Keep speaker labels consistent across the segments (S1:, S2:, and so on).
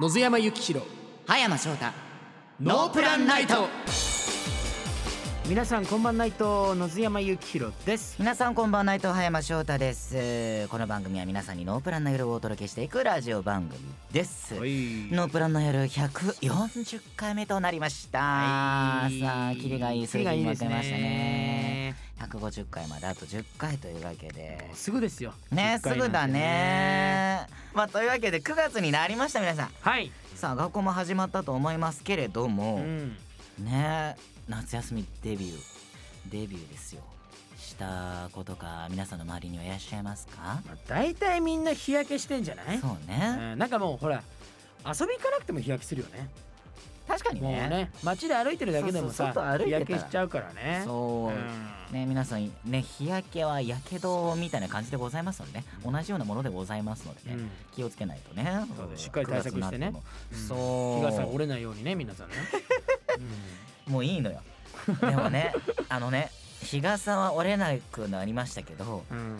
S1: 野津山幸弘
S2: 葉山翔太
S1: ノープランナイト
S3: 皆さんこんばんないと野津山幸弘です
S2: 皆さんこんばんはナイト葉山翔太ですこの番組は皆さんにノープランな夜をお届けしていくラジオ番組です、
S3: い
S2: ノープランの夜140回目となりました、
S3: はい
S2: さあキリがいい数字になってました
S3: キリがいいです
S2: ね
S3: ね
S2: 150回まであと10回というわけです
S3: ぐですよ
S2: ね
S3: 10
S2: す
S3: 回な
S2: ぐ
S3: んて
S2: だねまあというわけで9月になりました皆さん
S3: はい、
S2: さあ学校も始まったと思いますけれど
S3: う
S2: も、
S3: ん、
S2: ね夏休みデビューデビューですよした子とか皆さんの周りにはいらっしゃいますか
S3: まあ大体みんな日焼けしてんじゃない
S2: そうね、
S3: うんなんかもうほら遊び行かなくても日焼けするよね
S2: 確かに
S3: もう
S2: ね
S3: ね街で歩いてるだけでもさ
S2: そうそう外歩いて
S3: 日
S2: たら
S3: 焼けしちゃうからね
S2: そう、
S3: ん
S2: ね皆さんね日焼けはやけどみたいな感じでございますのでね同じようなものでございますのでね、
S3: うん
S2: 気をつけないとね
S3: そうだしっかり対策してね
S2: 9月になっても
S3: 日
S2: そう
S3: 傘折れないようにね皆 さんね、
S2: もういいのよで もねあのね日傘は折れなくなりましたけど
S3: うんうん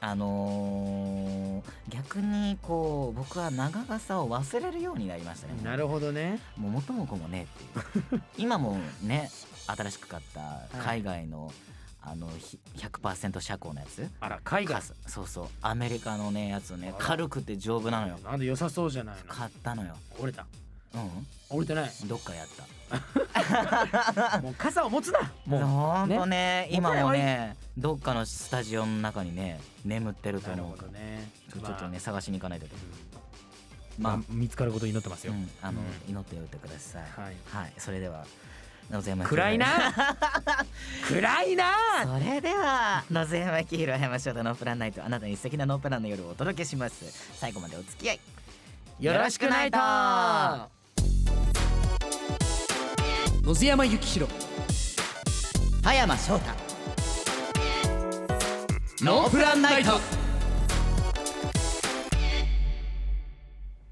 S2: あのー逆にこう僕は長傘を忘れるようになりましたね
S3: なるほどね
S2: もう元も子もねっていう 今もね新しく買った海外の、あのひ100%車高のやつ
S3: あら海外
S2: 傘そうそうアメリカのねやつね
S3: あら
S2: 軽くて丈夫なのよ
S3: なんで良さそうじゃないの
S2: 買ったのよ
S3: 折れた
S2: う
S3: 折れてない
S2: んどっかやった
S3: もう傘を持つ なもう
S2: ほんと
S3: ね
S2: ね今もねどっかのスタジオの中にね眠ってると
S3: なる
S2: 思
S3: ほ
S2: うか
S3: ど
S2: ら
S3: ね
S2: ちょちょっとね、
S3: ま
S2: 探しに行かないと
S3: あうん
S2: まあ、
S3: まあ見つかることを祈ってますよ
S2: うん、あの、
S3: う
S2: 祈っておいてください。は
S3: はい
S2: い、それでは野津山
S3: 暗いな 暗いな
S2: それでは野津山黄色山翔太のプランナイトあなたに素敵なノープランの夜をお届けします最後までお付き合いよろしくないと
S1: 野津山幸弘
S2: 葉山翔太
S1: ノープランナイト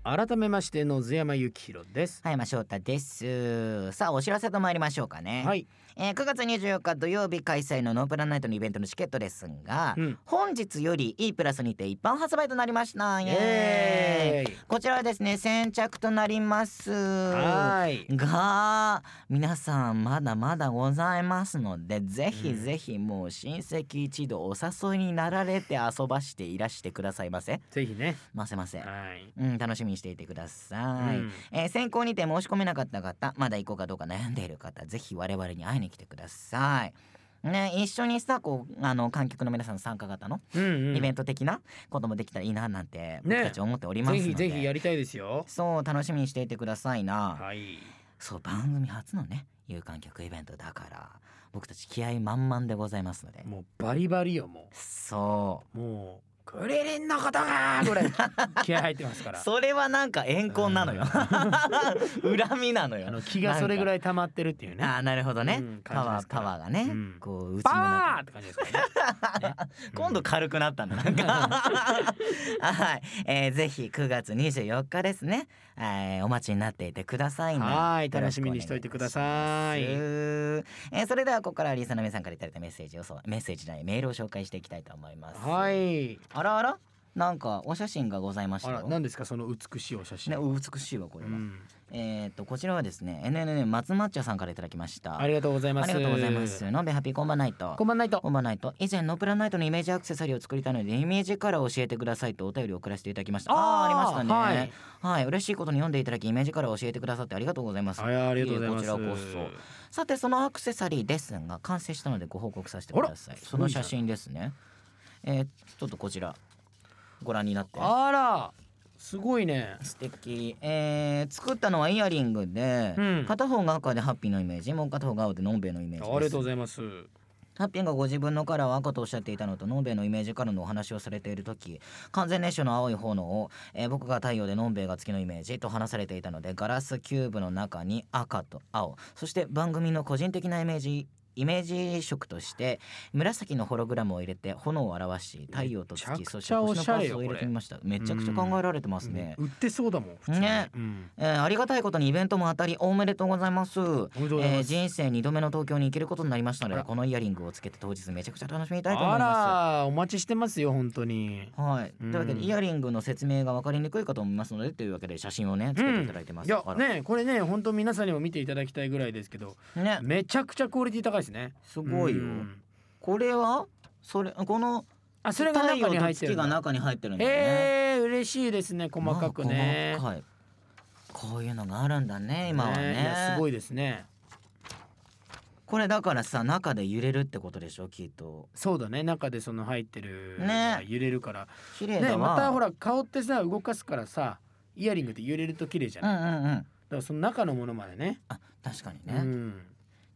S3: 改めまして野津山幸弘です
S2: 葉山翔太ですさあお知らせと参りましょうかね、
S3: はい
S2: えー、9月24日土曜日開催のノープランナイトのイベントのチケットですが、
S3: うん
S2: 本日より E プラスにて一般発売となりましたイエーイ
S3: イエーイ
S2: こちらはですね先着となります
S3: はーい
S2: が皆さんまだまだございますのでぜひぜひもう親戚一同お誘いになられて遊ばしていらしてくださいませ
S3: ぜひね
S2: ませませ
S3: はい
S2: うん、楽しみにしていてください、
S3: うん
S2: えー選考にて申し込めなかった方まだ行こうかどうか悩んでいる方ぜひ我々に会いに来てくださいね、一緒にさこうあの観客の皆さん参加型の
S3: うんうん
S2: イベント的なこともできたらいいななんて
S3: ね
S2: 僕たち思っております
S3: ぜ
S2: ので、
S3: ひぜひやりたいですよ
S2: そう楽しみにしていてくださいな、
S3: はい
S2: そう番組初のね有観客イベントだから僕たち気合満々でございますので
S3: もうバリバリよも
S2: そう
S3: もうクリリンのことが これ気合入ってますか
S2: う
S3: ら
S2: それはなんか怨恨なのよ 恨みなのよ
S3: あの気がそれぐらい溜まってるっていうね
S2: あーなるほどね、
S3: うん
S2: パ
S3: 感じ
S2: ワ
S3: で
S2: ー
S3: すか
S2: パ
S3: ら
S2: ワーがね、
S3: うん
S2: こううちの中
S3: パーって感じです からねね
S2: 今度軽くなったんだなんか はい、えー、ぜひ9月24日ですね、えー、お待ちになっていてくださいね
S3: はい楽しみにしておいてください
S2: よろしくお願いいたしますえー、それではここからはリスナーの皆さんからいただいたメッセージをそうメッセージじゃないメールを紹介していきたいと思います
S3: はい
S2: あらあらなんかお写真がございまし
S3: あ
S2: た
S3: ら
S2: よ
S3: 何ですかその美しいお写真、
S2: ね、美しいわこ
S3: う
S2: れは、
S3: ん、
S2: えー、とこちらはですね NNN 松抹茶さんからいただきました
S3: ありがとうございます
S2: ありがとうございます。のんべハッピーコンバナイト
S3: こ。んばんないと
S2: コンバナイト。以前ノープランナイトのイメージアクセサリーを作りたいのでイメージカラーを教えてくださいとお便りを送らせていただきました。ああーありましたね。は
S3: はいい、
S2: 嬉しいことに読んでいただきイメージカラーを教えてくださってありがとうございます。
S3: はいありがとうございます
S2: えこちらこそ。さてそのアクセサリーですが完成したのでご報告させてください。
S3: あら
S2: その写真ですね。えー、ちょっとこちらご覧になって。
S3: あらすごいね
S2: 素敵、えー、作ったのはイヤリングで、
S3: うん
S2: 片方が赤でハッピーのイメージもう片方が青でのんべえのイメージ
S3: あり
S2: です
S3: がとうございます
S2: ハッピーがご自分のカラーは赤とおっしゃっていたのとのんべえのイメージカラーのお話をされている時完全燃焼の青い炎を、えー僕が太陽でのんべえが月のイメージと話されていたのでガラスキューブの中に赤と青そして番組の個人的なイメージイメージ色として紫のホログラムを入れて炎を表し太陽と
S3: めちゃく
S2: 月
S3: ちゃ
S2: そして星のパ
S3: お
S2: ーツ
S3: しゃれよ
S2: を入れてみましため
S3: れ
S2: ちゃくちゃ考えられてますね、
S3: 売ってそうだもん普通に
S2: ね
S3: うん
S2: えーありがたいことにイベントも当たりおめでとうございます
S3: おめでとうございます
S2: えー人生2度目の東京に行けることになりましたの
S3: あ
S2: で
S3: ら
S2: このイヤリングをつけて当日めちゃくちゃ楽しみたいと思
S3: あ
S2: います
S3: らお待ちしてますよ本当に
S2: はい、というわけ
S3: うん
S2: でイヤリングの説明が分かりにくいかと思いますのでというわけで写真をねつけていただいてます、
S3: いや
S2: あら
S3: ねこれね本当皆さんにも見ていただきたいぐらいですけど
S2: ね
S3: めちゃくちゃクオリティ高いですね
S2: すごい
S3: う
S2: よ、
S3: ん
S2: これはそれこの
S3: あそれが
S2: 太
S3: 中
S2: 陽
S3: に
S2: と
S3: 入って
S2: 月
S3: る
S2: が
S3: んだ
S2: 中に入ってるんだよね、
S3: へえ嬉しいですね細かくね
S2: まあ細かいこういうのがあるんだね今はね
S3: いやすごいですね
S2: これだからさ中で揺れるってことでしょきっと
S3: そうだね中でその入ってる
S2: ね
S3: が揺れるから
S2: 綺麗
S3: ね
S2: だわ
S3: またほら顔ってさ動かすからさイヤリングって揺れると綺麗じゃない、だ
S2: うんうんうん
S3: からその中のものまでね
S2: あ確かに
S3: う
S2: ね、
S3: ん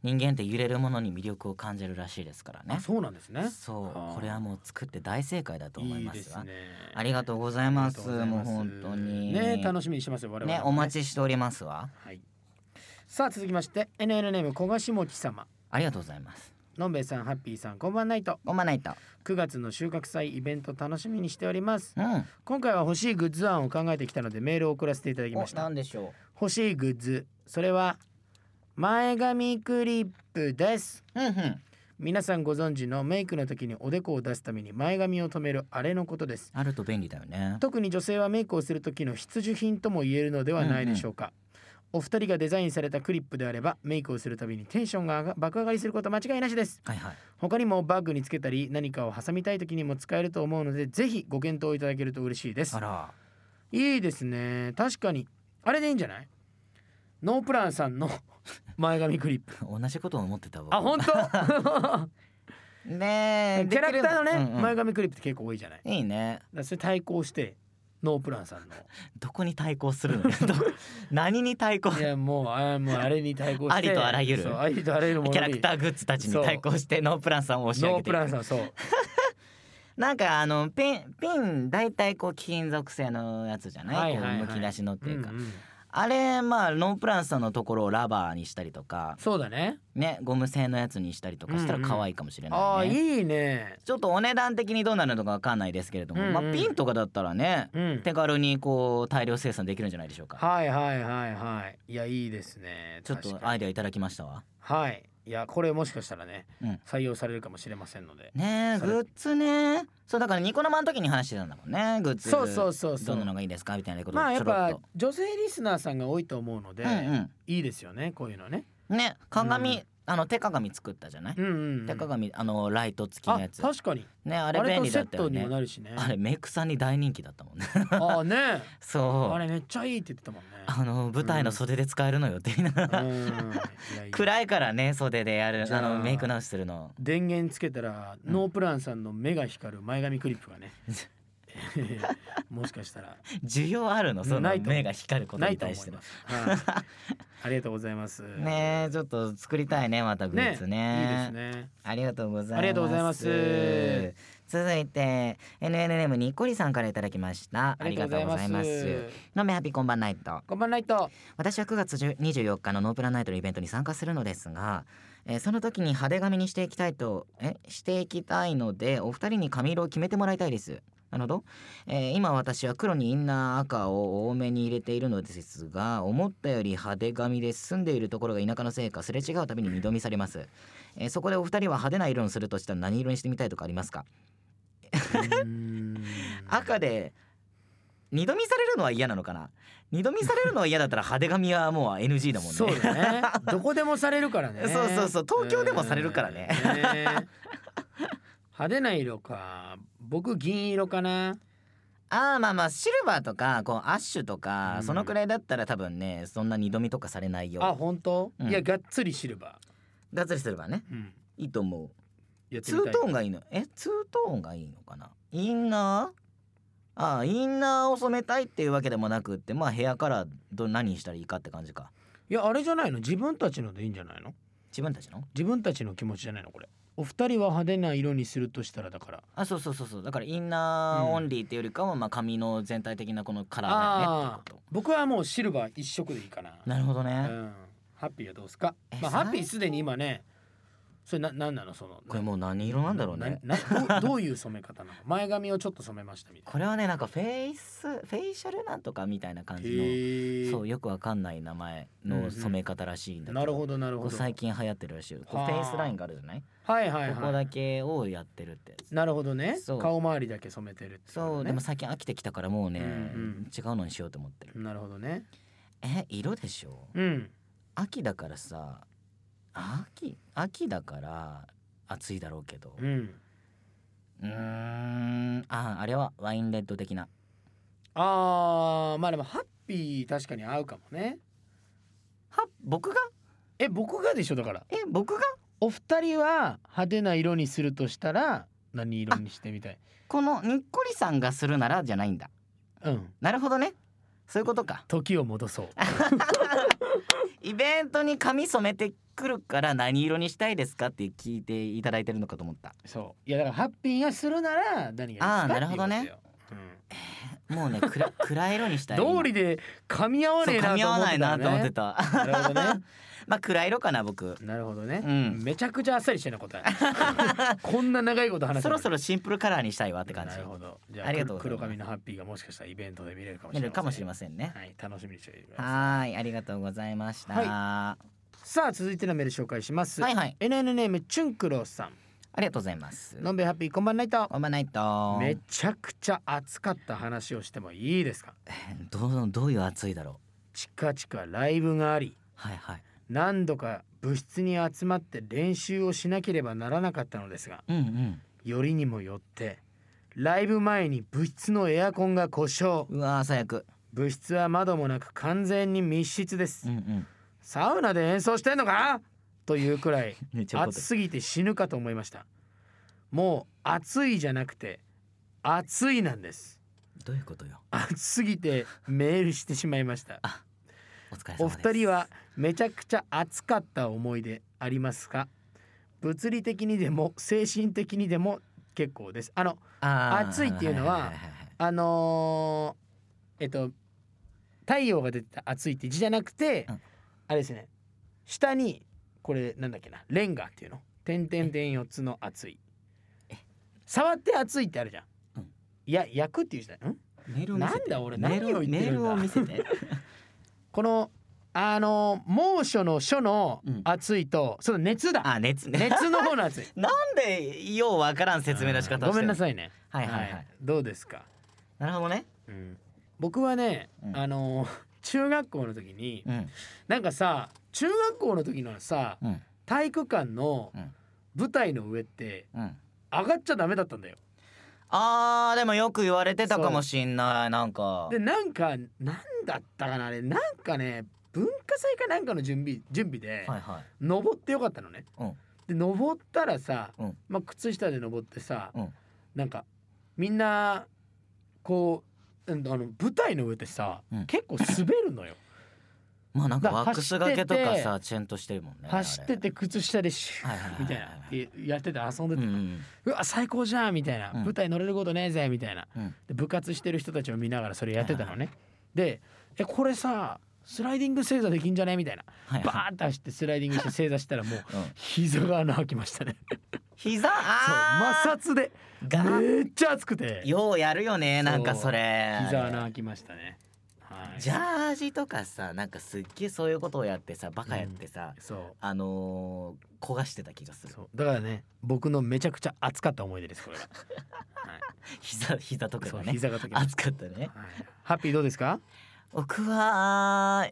S2: 人間って揺れるものに魅力を感じるらしいですから
S3: あ
S2: ね
S3: そうなんですね
S2: そう
S3: あー
S2: これはもう作って大正解だと思い
S3: いい
S2: ま
S3: ですす
S2: わ
S3: ね
S2: ありがとうございます
S3: ありがと
S2: もう
S3: ございます
S2: 本当に
S3: ね楽しみにしてますよ我々
S2: ね
S3: も
S2: お待ちしておりますわ
S3: はいさあ続きまして NN ネーム小賀下木様
S2: ありがとうございます
S3: のんべえさんハッピーさんこんばんないと
S2: ごまないと
S3: 9月の収穫祭イベント楽しみにしております
S2: うん
S3: 今回は欲しいグッズ案を考えてきたのでメールを送らせていただきまし
S2: おな
S3: た
S2: んでしょ
S3: 欲しいグッズそれは前髪クリップです
S2: ううんうん
S3: 皆さんご存知のメイクの時におでこを出すために前髪を止めるあれのことです
S2: あると便利だよね
S3: 特に女性はメイクをする時の必需品とも言えるのではないでしょうか、お二人がデザインされたクリップであればメイクをするたびにテンションが上が爆上がりすること間違いなしです
S2: はいはい
S3: 他にもバッグにつけたり何かを挟みたい時にも使えると思うのでぜひご検討いただけると嬉しいです
S2: あら
S3: いいですね確かにあれでいいんじゃないノープランさんの前髪クリッ プ
S2: 同じことを思ってた僕
S3: あ 本当
S2: ねえ
S3: キャラクターのね、
S2: できればうんうん
S3: 前髪クリップって結構多いじゃないだか
S2: いいね
S3: らそれ対抗してノープランさんの
S2: どこに対抗するのど 何に対抗
S3: いやもうあもうあれに対抗して
S2: ありとあらゆる
S3: そうありとあらゆるものに
S2: キャラクターグッズたちに対抗してノープランさんを押し上
S3: ノ
S2: げ
S3: ープ
S2: てい
S3: ラ
S2: く
S3: ンさんそう
S2: なんかあのピンピン大体こう金属製のやつじゃない,、
S3: はいはいはい
S2: こうむき出しのっていうか、
S3: うんうん
S2: あれまあノープランさんのところをラバーにしたりとか
S3: そうだね
S2: ねゴム製のやつにしたりとかしたら
S3: うんうん
S2: 可愛いかもしれ
S3: あ
S2: な
S3: あ
S2: いね、
S3: いいね
S2: ちょっとお値段的にどうなるのかわかんないですけれども、
S3: うんうん
S2: まあピンとかだったらね、
S3: うん
S2: 手軽にこう大量生産できるんじゃないでしょうか
S3: はいはいはいはいいやいいですね
S2: ちょっと
S3: 確か
S2: ア
S3: に
S2: イデアいただきましたわ
S3: はいいやこれもしかしたらね、
S2: うん
S3: 採用されるかもしれませんので
S2: ねえ
S3: それ
S2: グッズねそうだからニコ生の時に話してたんだもんねグッズ
S3: そうそうそうそ
S2: どんなの
S3: う
S2: がいいですかみたいなことを
S3: まあ
S2: ち
S3: や
S2: ょ
S3: っ
S2: ろっ
S3: ぱ
S2: と、
S3: 女性リスナーさんが多いと思うので、
S2: うん
S3: いいですよねこういうのね
S2: うんね鏡、
S3: うん
S2: あの手鏡作ったじゃない、
S3: うんうん、うん、
S2: 手鏡あのライト付き
S3: あ
S2: のやつ
S3: 確かに
S2: ねあ
S3: あ
S2: れ
S3: れ
S2: 便
S3: と
S2: 利
S3: セ
S2: だ
S3: ッ
S2: ったよ
S3: トにも
S2: ね
S3: なるしね
S2: あれメイクさんに大人気だったもんね
S3: ああね
S2: そ
S3: あ
S2: う
S3: れめっちゃいいって言ってたもんね
S2: あの舞台の袖で使えるのよって言いながら
S3: うんいやいや
S2: 暗いからね袖でやる
S3: じゃ
S2: あ
S3: あ
S2: のメイク直しするの
S3: 電源つけたら、
S2: うん
S3: ノープランさんの目が光る前髪クリップが ねもしかしたら
S2: 需要あるのその
S3: ないと思う
S2: 目が光ること
S3: ない
S2: に
S3: と
S2: 対
S3: 思
S2: して
S3: い
S2: の
S3: ます、はいありがとうございます
S2: ねえちょっと作りたいねまたグ
S3: ね
S2: ッズ
S3: いいですね
S2: ありがとうございます。
S3: ありがとうございます
S2: 続いて NNM にっこりさんからいただきました。ありがとうございます。のめハッピーこんばんないと。
S3: こんばんないと
S2: 私は9月10 24日のノープランナイトのイベントに参加するのですが、えーその時に派手髪にしていきたいとえしていきたいのでお二人に髪色を決めてもらいたいです。なるほど、えー今私は黒にインナー赤を多めに入れているのですが思ったより派手髪で住んでいるところが田舎のせいかすれ違うたびに二度見されます、えーそこでお二人は派手な色にするとしたら何色にしてみたいとかありますか 赤で二度見されるのは嫌なのかな二度見されるのは嫌だったら派手髪はもう NG だもんね
S3: そうだねどこでもされるからね
S2: そうそうそう東京でもされるからね
S3: うんね派手な色か僕銀色かな
S2: ああまあまあシルバーとかこうアッシュとか、
S3: うん
S2: そのくらいだったら多分ねそんな二度見とかされないよ
S3: あ本当、
S2: うん
S3: いやがっつりシルバ
S2: がっつりすればね
S3: ー、うん、
S2: いいと思
S3: や
S2: う
S3: って
S2: ツ
S3: みた
S2: ー
S3: い
S2: トーンがいいのえツートーンがいいのかなインナーああインナーを染めたいっていうわけでもなくってまあヘアカラーど何にしたらいいかって感じか
S3: いやあれじゃないの自分たちのでいいんじゃないの
S2: 自分たちの
S3: 自分たちの気持ちじゃないのこれお二人は派手な色にするとしたらだから
S2: あそうそうそうそうだからインナー
S3: うん
S2: オンリーっていうよりかは、まあ髪の全体的なこのカラーだよね
S3: ああー僕はもうシルバー一色でいいかな
S2: なるほど
S3: う
S2: ね、
S3: んハッピーはどうですか
S2: え
S3: まあハ
S2: さ
S3: ッピーすでに今ねそれななんなのその
S2: これもう何色なんだろうね
S3: ななどうどういう染め方なの前髪をちょっと染めましたみたい
S2: これはねなんかフェイスフェイシャルなんとかみたいな感
S3: な
S2: じ
S3: へ
S2: の
S3: え
S2: そうよくわかんない名前
S3: うんう
S2: の
S3: ん
S2: 染め方らしいんだけど
S3: なるほどなる
S2: こ
S3: ほ
S2: う
S3: ど
S2: 最近流行ってるらしいよこう
S3: はあ
S2: フェイスラインがあるじゃない
S3: はいはい
S2: ここ
S3: は
S2: だけをやってるってやつ
S3: いなるほどね
S2: そう
S3: 顔周りだけ染めてるってこと
S2: そう
S3: ね
S2: でも最近飽きてきたからもうね
S3: うん
S2: 違うのにしようと思ってる
S3: なるほどね
S2: え色でしょ
S3: うん
S2: 秋だからさ秋秋だから暑いだろうけど
S3: うん
S2: うーんああれはワインレッド的な
S3: あーまあでもハッピー確かに合うかもね
S2: は僕が
S3: え僕がでしょだから
S2: え僕が
S3: お二人は派手な色にするとしたら何色にしてみたい
S2: このにっこりさんがするならじゃないんだ
S3: うん
S2: なるほどねそういうことか
S3: 時を戻そう
S2: イベントに髪染めてくるから何色にしたいですかって聞いていただいてるのかと思った
S3: そういやだからハッピーがするなら何がいいですか
S2: あーなるほどね
S3: っていうことよ
S2: もうね 暗暗い色にしたい
S3: うん、道理で噛み合わ
S2: そう
S3: ねえ
S2: 噛み合わないな
S3: な
S2: と
S3: と
S2: 思
S3: 思っ
S2: って
S3: て
S2: た
S3: たんだよねなるほどね
S2: まあ暗い色かな僕
S3: なるほどね、
S2: うん
S3: めちゃくちゃあっさりしてんな答 えこんな長いこと話して
S2: そろそ
S3: ろ
S2: ろシンプルカラーにしたいわって感じ
S3: なるほどじゃあ
S2: ありがとうござい
S3: 黒
S2: ます
S3: 髪のハッピーがもしかしたらイベントで見れるかもし
S2: 見
S3: れ
S2: れ
S3: ない
S2: るかもしれま
S3: せ
S2: せんね
S3: んはい楽しみにしていてください
S2: はーいありがとうございました、は
S3: さあ続いてのメール紹介します、
S2: い、はいはい
S3: NN ネームチュンクローさん
S2: ありがとうございます
S3: のんべえハッピーこんばんないと
S2: オーバーナイト
S3: めちゃくちゃ暑かった話をしてもいいですか
S2: どうどういう暑いだろ
S3: 近々ライブがあり
S2: うはいはい
S3: 何度か部室に集まって練習をしなければならなかったのですが
S2: うんうん
S3: よりにもよってライブ前に部室のエアコンが故障
S2: うわー最悪
S3: 部室は窓もなく完全に密室です、
S2: うんうん
S3: サウナで演奏してんのかというくらい
S2: めっちゃ怒って
S3: 暑
S2: る
S3: すぎて死ぬかと思いましたもう暑いじゃなくて暑いなんです
S2: どういうことよ
S3: 暑すぎてメールしてしまいました
S2: お疲れ様です
S3: お二人はめちゃくちゃ暑かった思い出ありますか物理的にでも精神的にでも結構ですあの
S2: あー
S3: 暑いっていうのは
S2: はいはいはい
S3: あのーえっと太陽が出てた暑いって字じゃなくて、
S2: うん
S3: あれですね下にこれなんだっけなレンガっていうの点点点4つの暑い触って暑いってあるじゃん、
S2: うん
S3: いや焼くっていう字だん
S2: メールを見せて
S3: なんだ俺
S2: メールを
S3: 何を言ってるんだ
S2: メールを見せて
S3: このあのー猛暑の暑の
S2: うん
S3: 暑いと、その熱だ
S2: あ熱ね
S3: 熱の方の暑い
S2: なんでようわからん説明の仕方をしてる
S3: ごめんなさいね
S2: はいはいはい、
S3: どうですか、
S2: なるほどね
S3: 僕はね、
S2: うん
S3: あのー 中学校の時に、
S2: うん
S3: なんかさ中学校の時のさ
S2: うん
S3: 体育館の
S2: うん
S3: 舞台の上って
S2: うん
S3: 上がっちゃダメだったんだよ
S2: あーでもよく言われてたかもしんないなんか
S3: でなんかなんだったかなあれなんかね文化祭かなんかの準備準備で
S2: はいはい
S3: 登ってよかったのね、
S2: うん
S3: で登ったらさ、
S2: うん
S3: まあ、靴下で登ってさ、
S2: うん
S3: なんかみんなこううんあの舞台の上ってさ、
S2: うん
S3: 結構滑るのよ
S2: まあなんか
S3: だ
S2: ワックスがけとか
S3: 走っ
S2: さチェンとしてるもんね
S3: 走ってて靴下でシュ
S2: はいはい
S3: ー
S2: はいはい
S3: みたいなでやってて遊ん
S2: あ
S3: で
S2: れ
S3: て
S2: うんうん
S3: うわ最高じゃんみたいな、
S2: うん
S3: 舞台乗れることねえぜみたいな、
S2: うん
S3: で部活してる人たちを見ながらそれやってたのね、でえこれさスライディング正座できんじゃねみたいな
S2: はい
S3: バ
S2: は
S3: ーンと走ってスライディングして正座したらもう
S2: いうん
S3: 膝が穴開きましたね
S2: 膝
S3: そう
S2: あー
S3: 摩擦で
S2: が
S3: めっちゃ熱くて
S2: ようやるよねなんかそれ
S3: 膝穴開きましたねはい
S2: ジャージとかさなんかすっげえそういうことをやってさバカやってさ、
S3: そう
S2: あのー、焦がしてた気がする
S3: そうだからね僕のめちゃくちゃ熱かった思い出ですこれが、はい
S2: 膝膝とか
S3: そう
S2: がね
S3: 膝が溶けまし
S2: 熱かったね
S3: た、はい、ハッピーどうですか
S2: 僕は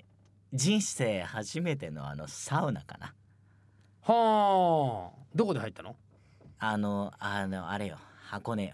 S2: 人生初めてのあのサウナかな
S3: はあどこで入ったの
S2: あのあのあれよ箱根よ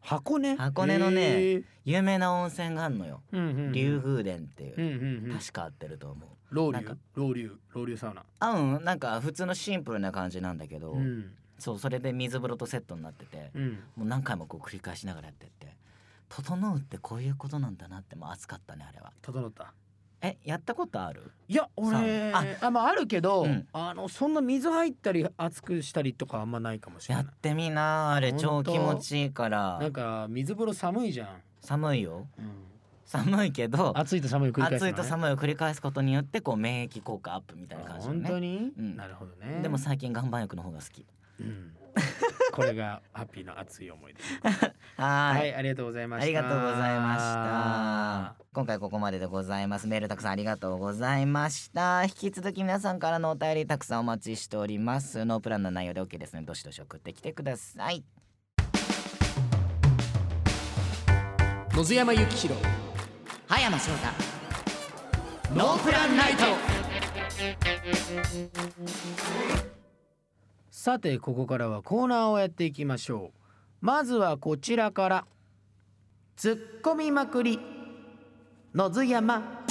S3: 箱根
S2: 箱根のね
S3: へえ
S2: 有名な温泉があるのよ
S3: うんうんうん
S2: 竜宮殿っていう
S3: うん、うんうん
S2: 確か合ってると思う
S3: 老
S2: なん
S3: 流
S2: か
S3: 老流老流サウナ
S2: あうんなんか普通のシンプルな感じなんだけど、
S3: うん
S2: そうそれで水風呂とセットになってて、
S3: うん
S2: もう何回もこう繰り返しながらやってって「整う」ってこういうことなんだなってもう熱かったねあれは
S3: 整った
S2: えやったことある
S3: いや俺
S2: サウ
S3: ああまああるけど、
S2: うん
S3: あのそんな水入ったり熱くしたりとかあんまないかもしれ
S2: や
S3: ない
S2: ってみなあれ
S3: ほ
S2: 超
S3: んと
S2: 気持ちいいか
S3: な
S2: ら
S3: んか水風呂寒いじゃん、
S2: 寒いよ
S3: うん
S2: 寒いけど
S3: 暑いと寒いを繰り返す
S2: 暑
S3: のね
S2: いと寒いを繰り返すことによってこう免疫効果アップみたいな感じの
S3: 本当
S2: ね
S3: に、
S2: うん
S3: なるほどね
S2: でも最近岩盤浴の方が好き
S3: うんこれがハッピーの熱い思い出
S2: は
S3: はい、
S2: ーい
S3: ありがとうございました
S2: ありがとうございました今回ここまででございますメールたくさんありがとうございました引き続き皆さんからのお便りたくさんお待ちしておりますノープランの内容で OK ですねどしどし送ってきてください
S1: 野津山幸弘
S2: 葉山翔太
S1: ノープランナイト
S3: さてここからはコーナーをやっていきましょうまずはこちらから突っ込みまくり野津山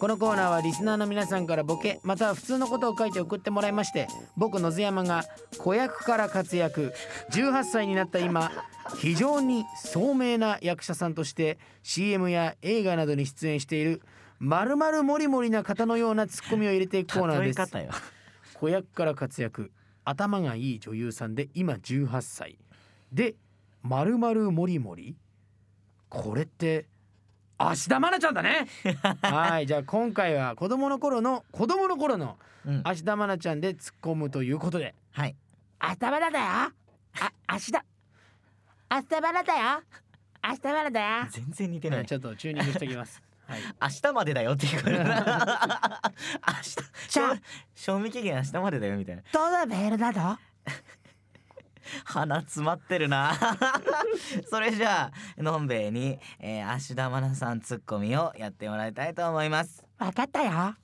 S3: このコーナーはリスナーの皆さんからボケまたは普通のことを書いて送ってもらいまして僕野津山が子役から活躍18歳になった今非常に聡明な役者さんとして CM や映画などに出演しているまるまるもりもりな方のようなツッコミを入れていくコーナーです。
S2: よ
S3: 子役から活躍頭がいい女優さんで今18歳で「まるまるもりもり」これって芦田愛菜ちゃんだ ねはいじゃあ今回は子供の頃の子供の頃の
S2: うん
S3: 芦田愛菜ちゃんで突っ込むということで
S2: はい
S3: 「頭だだよあ芦田芦田愛菜だよ芦田愛菜だよ
S2: 全然似」て
S3: はいちょっとチューニングしておき ます。はい、
S2: 明日までだよっていうから 明日
S3: じゃあ
S2: 賞味期限明日までだよみたいな
S3: どのメールだと
S2: 鼻詰まってるな それじゃあのんべえに、えー、芦田愛菜さんツッコミをやってもらいたいと思います
S3: 分かったよ。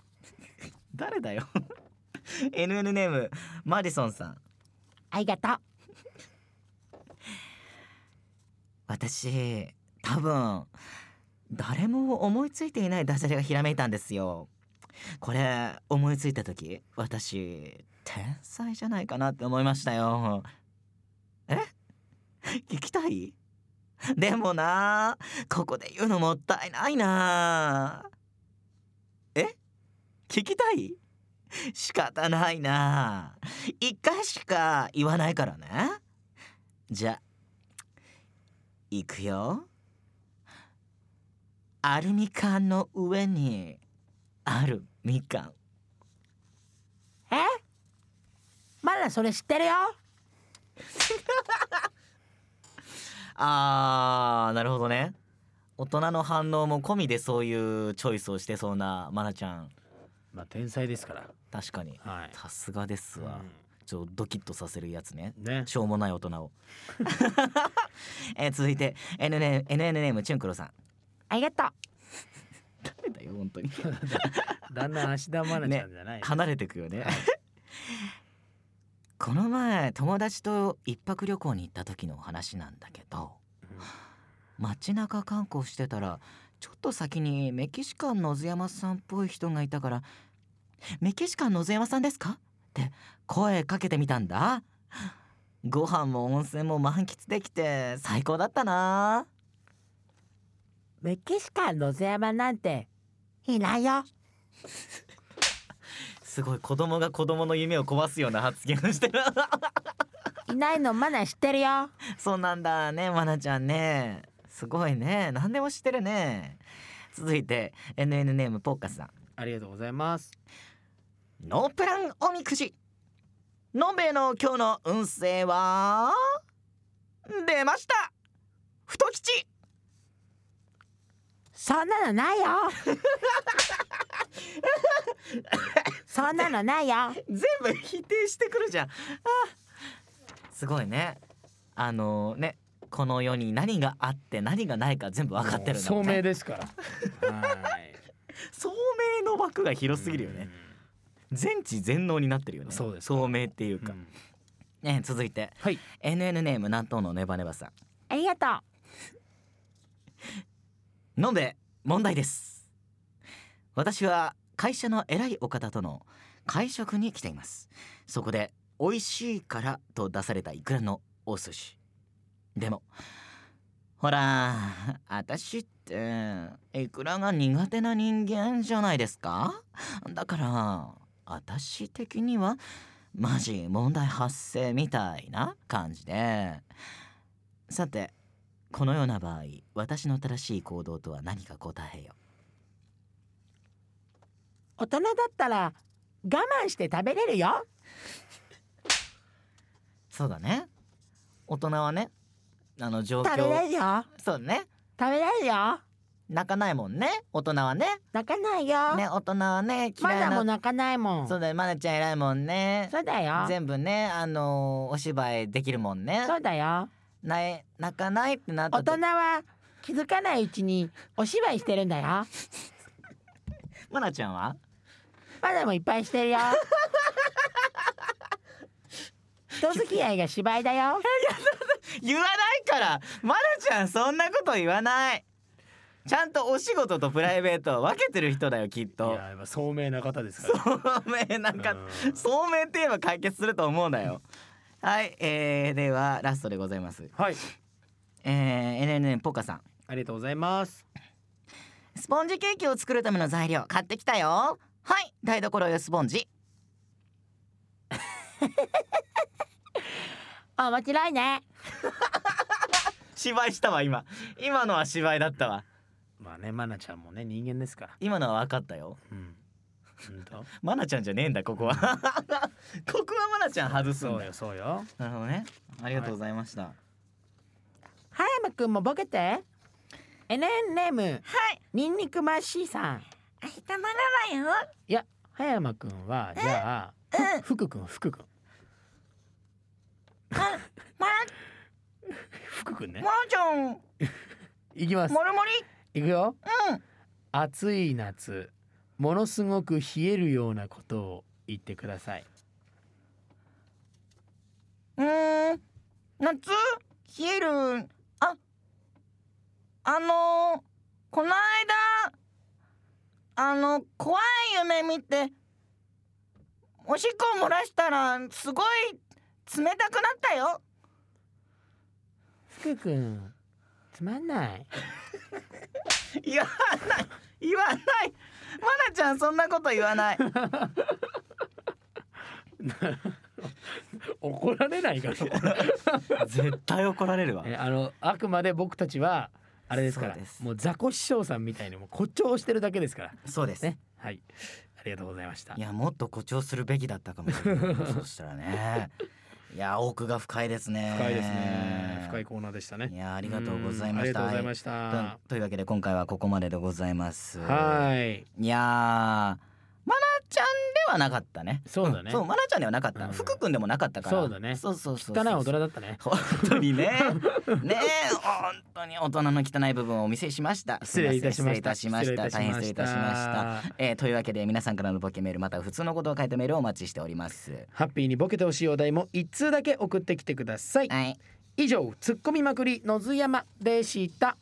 S2: 誰だよ NN ネームマディソンさん
S3: ありがとう。
S2: 私多分誰も思いついていないダジャレがひらめいたんですよこれ思いついた時私天才じゃないかなって思いましたよえ聞きたいでもなここで言うのもったいないなえ聞きたい仕方ないな一回しか言わないからねじゃあいくよアルミ缶の上にあるみかん
S3: えまだそれ知ってるよ
S2: あーなるほどね大人の反応も込みでそういうチョイスをしてそうなマナちゃん
S3: まあ天才ですから
S2: 確かに
S3: はい
S2: さすがですわ、ちょドキッとさせるやつね
S3: ね
S2: しょうもない大人を えー続いて NN NN ネームチュンクロさん
S3: ありがとう
S2: 誰だよ本当に
S3: だんだん芦田愛菜ちゃんじゃない、
S2: 離れてくよね
S3: はい
S2: この前友達と一泊旅行に行った時の話なんだけど街中観光してたらちょっと先にメキシカンの津山さんっぽい人がいたから「メキシカンの津山さんですか?」って声かけてみたんだご飯も温泉も満喫できて最高だったな
S3: メキシカンの山なんていないよ
S2: すごい子供が子供の夢を壊すような発言をしてる
S3: いないのマナ知ってるよ
S2: そうなんだねまなちゃんねすごいね何でも知ってるね続いて NN ネームポッカさん
S3: ありがとうございます
S2: ノープランおみくじのんべえの今日の運勢は出ました太吉
S3: そんなの ないよそんなのないよ
S2: 全部否定してくるじゃんあーすごいねあのねこの世に何があって何がないか全部分かってるんだも
S3: 聡
S2: んね
S3: 明です からはい
S2: 聡明の枠が広すぎるよね全知全能になってるよね
S3: そうです
S2: 聡明っていう
S3: うん
S2: か、ね続いて
S3: はい
S2: NN ネーム南東のネバネバさん
S3: ありがとう
S2: のんべ問題です私は会社の偉いお方との会食に来ていますそこで美味しいからと出されたイクラのお寿司でもほら私ってイクラが苦手な人間じゃないですかだから私的にはマジ問題発生みたいな感じでさてこのような場合私の正しい行動とは何か答えよ
S4: 大人だったら我慢して食べれるよ
S2: そうだね大人はねあの状
S4: 食べれ
S2: 況
S4: るよ
S2: そうね
S4: 食べれるよ
S2: 泣かないもんね大人はね
S4: 泣かないよ、
S2: ね大人はね
S4: ま
S2: 嫌い
S4: だも
S2: な
S4: 泣かないもん
S2: そうだよまなちゃん偉いもんね
S4: そうだよ
S2: 全部ねあのお芝居できるもんね
S4: そうだよ
S2: ない泣かないってなった
S4: 大
S2: と
S4: 人は気づかないうちにお芝居してるんだよ
S2: まなちゃんは
S4: まだもいっぱいして るよ人付き合いが芝居だよ
S2: 言わないからまるちゃんそんなこと言わないちゃんとお仕事とプライベートを分けてる人だよきっ
S3: い
S2: と
S3: ややっぱ聡明な方 ですから
S2: 聡明なんか
S3: うん
S2: 聡明って言えば解決すると思うんだよはい、えー、ではラストでございます
S3: はい
S2: えー、NNN ポカさん
S4: ありがとうございます
S2: スポンジケーキを作るための材料買ってきたよはい台所用スポンジ
S4: 面白いね
S2: 芝居したわ今今のは芝居だったわ
S3: まあねマナちゃんもね人間ですから
S2: 今のは分かったよ
S3: うん本 当
S2: マナちゃんじゃねえんだこ こはここはマナちゃん外す
S3: そ
S2: ん
S3: う
S2: だよ
S3: よそうよ
S2: なるほどねありがとうございました、
S4: 葉山くんもボケて NN ネームはいニンニクマッシーさん
S5: 明日マラマよ
S3: いや葉山くんはじゃあふ福くん福くん
S5: マラ
S3: 福くんね
S2: マナちゃんも
S3: いきます
S2: りもり
S3: いくよ
S2: うん
S3: 暑い夏ものすごく冷えるようなことを言ってくださいう
S2: ーん夏冷えるああのー、この間あの怖い夢見ておしっこを漏らしたらすごい冷たくなったよ
S4: 福くんつまんない
S2: 言わない言わないマナちゃんそんなこと言 わない
S3: 怒られないかな
S2: 絶対怒られるわ
S3: えあのあくまで僕たちはあれですから
S2: そうです
S3: もうザコ師匠さんみたいにもう誇張してるだけですから
S2: そうです
S3: ねはいありがとうございました
S2: いやもっと誇張するべきだったかもしれないそしたらねいや奥が深いですね
S3: 深いですね深いコーナーでしたね
S2: いやありがとうございました
S3: うんありがとうございまし
S2: は
S3: た
S2: いとというわけで今回はここまででございます
S3: はい
S2: いやーマナちゃんではなかったね
S3: そうだね
S2: んそうマナちゃんではなかった、
S3: うん
S2: 福君でもなかったから
S3: そうだね
S2: そうそうそう
S3: 汚い大人
S2: い
S3: だったね
S2: 本当 にねねえ本当に大人の汚い部分をお見せしました
S3: 失礼いたしました
S2: 失礼いたしました大変失礼いたしましたえー、というわけで皆さんからのボケメールまたは普通のことを書いたメールをお待ちしております
S3: ハッピーにボケてほしいお題も一通だけ送ってきてください
S2: はい
S3: 以上ツッコミまくり野津山でした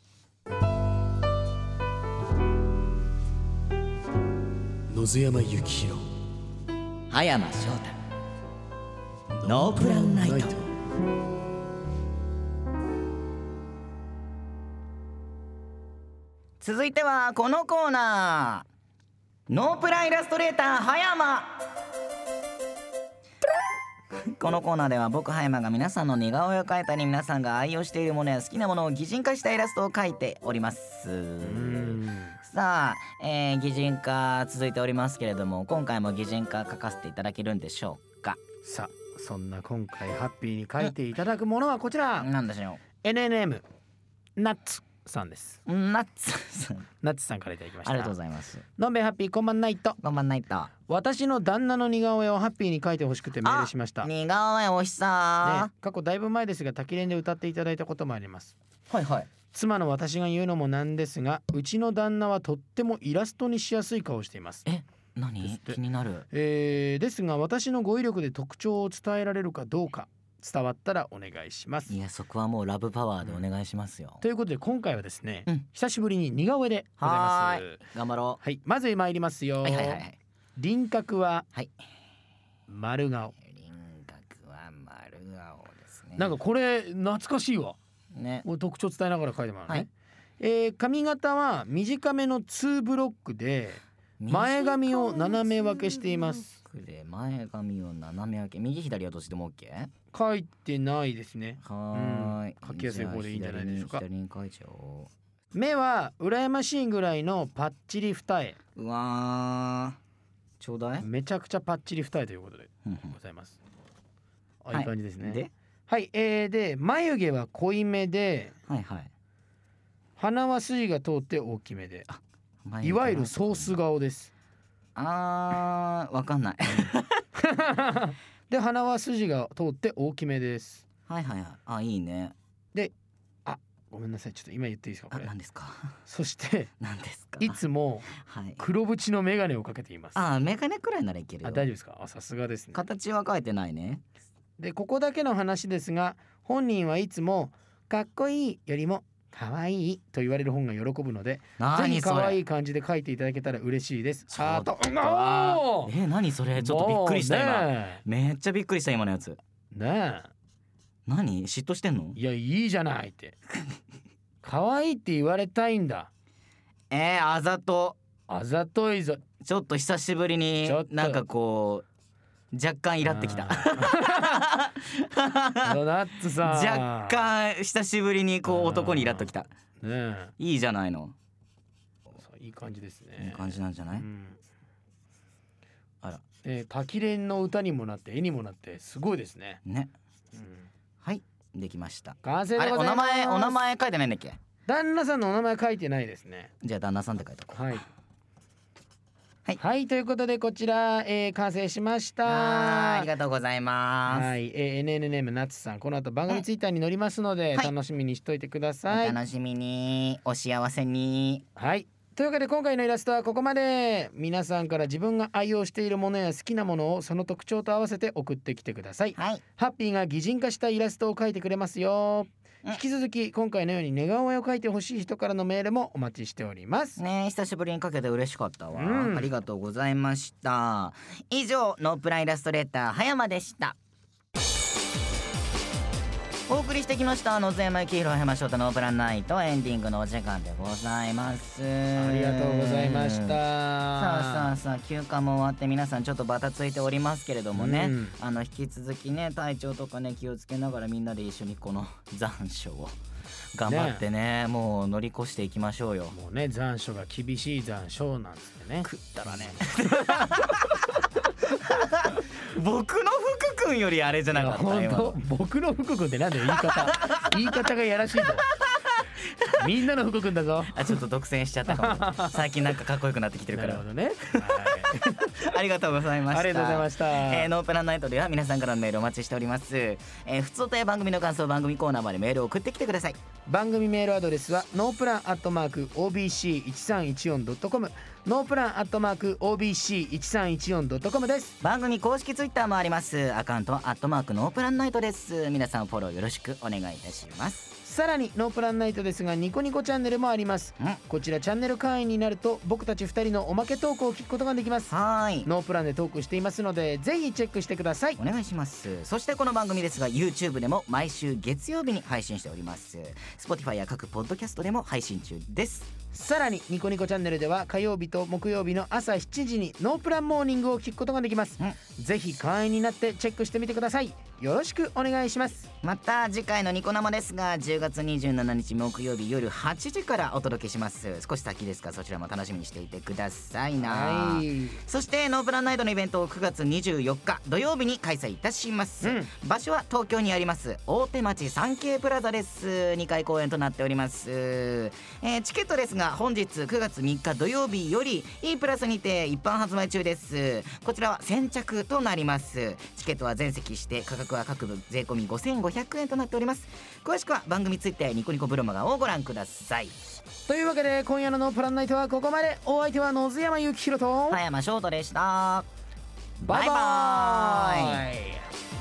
S1: 野津山幸宏
S2: 葉山翔太
S1: ノープランナイト
S2: 続いてはこのコーナーノープライラストレーター葉山このコーナーでは僕葉山が皆さんの似顔絵を描いたり皆さんが愛用しているものや好きなものを擬人化したイラストを描いておりますさあ、えー擬人化続いておりますけれども今回も擬人化描かせていただけるんでしょうか
S3: さあそんな今回ハッピーに書いていただくものはこちら
S2: なんでしょ
S3: NNM ナッツさんです
S2: うナッツさん
S3: ナッツさんからいただきました
S2: ありがとうございます
S3: のんべいハッピーこんばんないと
S2: こんばんないと
S3: 私の旦那の似顔絵をハッピーに書いてほしくてメールしました、ね、
S2: 似顔絵おしさ、
S3: 過去だいぶ前ですが滝連で歌っていただいたこともあります
S2: はいはい
S3: 妻の私が言うのもなんですがうちの旦那はとってもイラストにしやすい顔をしていますです
S2: 何
S3: って
S2: 気になる
S3: えーですが私の語彙力で特徴を伝えられるかどうか伝わったらお願いします
S2: いやそこはもうラブパワーでお願いしますよ、
S3: ということで今回はですね、
S2: うん
S3: 久しぶりに似顔絵でございますは
S2: はい頑張ろ
S3: まず参りますよ、
S2: うはいはいはいはい
S3: 輪郭は
S2: はい
S3: 丸顔
S2: 輪郭は丸顔ですね
S3: なんかこれ懐かしいわ
S2: ね
S3: もう特徴伝えながら書いてもらうね、
S2: はい
S3: えー髪型は短めのツーブロックで前髪を斜め分けしています
S2: 短クで前髪を斜め開け右左はどっちでも OK?
S3: 書いてないですね
S2: はーい、
S3: うん書きやすい方でいいんじゃないでしょうか
S2: じゃあ左に左に書いちゃお
S3: 目は羨ましいぐらいのパッチリ二重
S2: ううわーちょうだい
S3: めちゃくちゃパッチリ二重ということで
S2: うんうん
S3: ございますあ、
S2: はい
S3: いい感じですね
S2: で
S3: はいえー、で眉毛は濃いめで
S2: はいはい
S3: 鼻は筋が通って大きめで
S2: 前に
S3: いわゆるソース顔です
S2: あーわかんない
S3: で鼻は筋が通って大きめです
S2: はいはいはいあいいね
S3: ごめんなさいちょっと今言っていいですか
S2: あ
S3: これ
S2: 何ですか
S3: そして
S2: 何ですか
S3: いつも
S2: はい
S3: 黒縁の眼鏡をかけていますあ
S2: あーメガネくらいならいけるよ
S3: 大丈夫ですかあさすがですね
S2: 形は変えてないね
S3: でここだけの話ですが本人はいつもかっこいいよりも可愛いと言われる本が喜ぶのでぜ
S2: 何
S3: ひ
S2: そ
S3: 可愛
S2: れ
S3: い感じで書いていただけたら嬉しいです
S2: ちょ
S3: ハ
S2: っ
S3: ート
S2: と
S3: おー
S2: え何それちょっとびっくりした今、
S3: もうね
S2: めっちゃびっくりした今のやつ
S3: えねえ
S2: 何嫉妬してんの
S3: いやいいじゃないって 可愛いって言われたいんだ
S2: えー、あざと
S3: あざといぞ
S2: ちょっと久しぶりに
S3: ちょっと
S2: なんかこう若干イラってきた
S3: ドナッツさん
S2: 若干久しぶりにこ
S3: あ
S2: う
S3: ー
S2: 男にイラっときた
S3: ねえ
S2: いいじゃないの
S3: そういい感じですね
S2: いい感じなんじゃな
S3: う
S2: い
S3: ん
S2: あら
S3: えー、滝連の歌にもなって絵にもなってすごいですね、
S2: ね
S3: うん
S2: はいできました
S3: 完成で
S2: あれ
S3: ご
S2: お
S3: ざい
S2: 名
S3: ます
S2: 前お名前書いてないんだっけ
S3: 旦那さんのお名前書いてないですね
S2: じゃあ旦那さんって書いとこう
S3: はい
S2: はい
S3: ということでこちら、えー、完成しました
S2: はーいありがとうございま
S3: はい、えー、NN ネームなつさんこの後番組ツイッターに載りますので、
S2: はい
S3: 楽しみにしといてくだ
S2: すお
S3: さい
S2: 楽しみにお幸せに
S3: はいというわけで今回のイラストはここまで皆さんから自分が愛用しているものや好きなものをその特徴と合わせて送ってきてください
S2: はい
S3: ハッピーが擬人化したイラストを描いてくれますよ
S2: うん
S3: 引き続き今回のように寝顔絵を描いてほしい人からのメールもお待ちしております
S2: ねえ久しぶりにかけて嬉しかったわ、
S3: うん
S2: ありがとうございました以上ノープランイラストレーター葉山でしたお送りしてきました野津山幸宏葉山翔太ノープランナイトエンディングのお時間でございます
S3: あ
S2: あ
S3: りがとうございました
S2: さあさあさあ休暇も終わって皆さんちょっとバタついておりますけれどもね、
S3: うん
S2: あの引き続きね体調とかね気をつけながらみんなで一緒にこの残暑を頑張ってねもう乗り越していきましょうよ。
S3: もうね残暑が厳しい残暑なんですね食ったら ね
S2: 僕の福君よりあれじゃなかった
S3: 本
S2: 今の
S3: 当僕の福君ってなんだよ言い方言い方がやらし いぞみんなの福君だぞ
S2: あちょっと独占しちゃったかも最近なんかかっこよくなってきてる
S3: な
S2: か
S3: る
S2: ら
S3: ほど ね、はい、
S2: ありがとうございました
S3: ありがとうございました、
S2: えーノープランナイトでは皆さんからのメールお待ちしております、えー、普通とや番組の感想番組コーナーまでメールを送ってきてください
S3: 番組メールアドレスはノープランアットマーク OBC1314.com ノープランアットマーク OBC1314.com です
S2: 番組公式ツイッターもありますアカウントはアットマークノープランナイトです皆さんフォローよろしくお願いいたします
S3: さらにノープランナイトですがニコニコチャンネルもあります
S2: んは
S3: こちらチャンネル会員になると僕たち2人のおまけトークを聞くことができます
S2: ーい
S3: ノープランでトークしていますのでぜひチェックしてください
S2: お願いしますそしてこの番組ですが YouTube でも毎週月曜日に配信しております Spotify や各ポッドキャストでも配信中です
S3: さらにニコニコチャンネルでは火曜日と木曜日の朝7時にノープランモーニングを聞くことができますぜひ会員になってチェックしてみてくださいよろしくお願いします
S2: また次回のニコ生ですが10月27日木曜日夜8時からお届けします少し先ですがそちらも楽しみにしていてくださいな、
S3: はい
S2: そしてノープランナイトのイベントを9月24日土曜日に開催いたします、
S3: うん
S2: 場所は東京にあります大手町サンケイプラザです2回公演となっております、えーチケットですが本日9月3日土曜日より E プラスにて一般発売中ですこちらは先着となりますチケットは全席して価格は各部税込み5500円となっております詳しくは番組ツイッターやニコニコブロマガをご覧ください
S3: というわけで今夜のノープランナイトはここまでお相手は野津山幸宏と
S2: 葉山翔太でした
S3: バイバ
S2: バイバ
S3: イ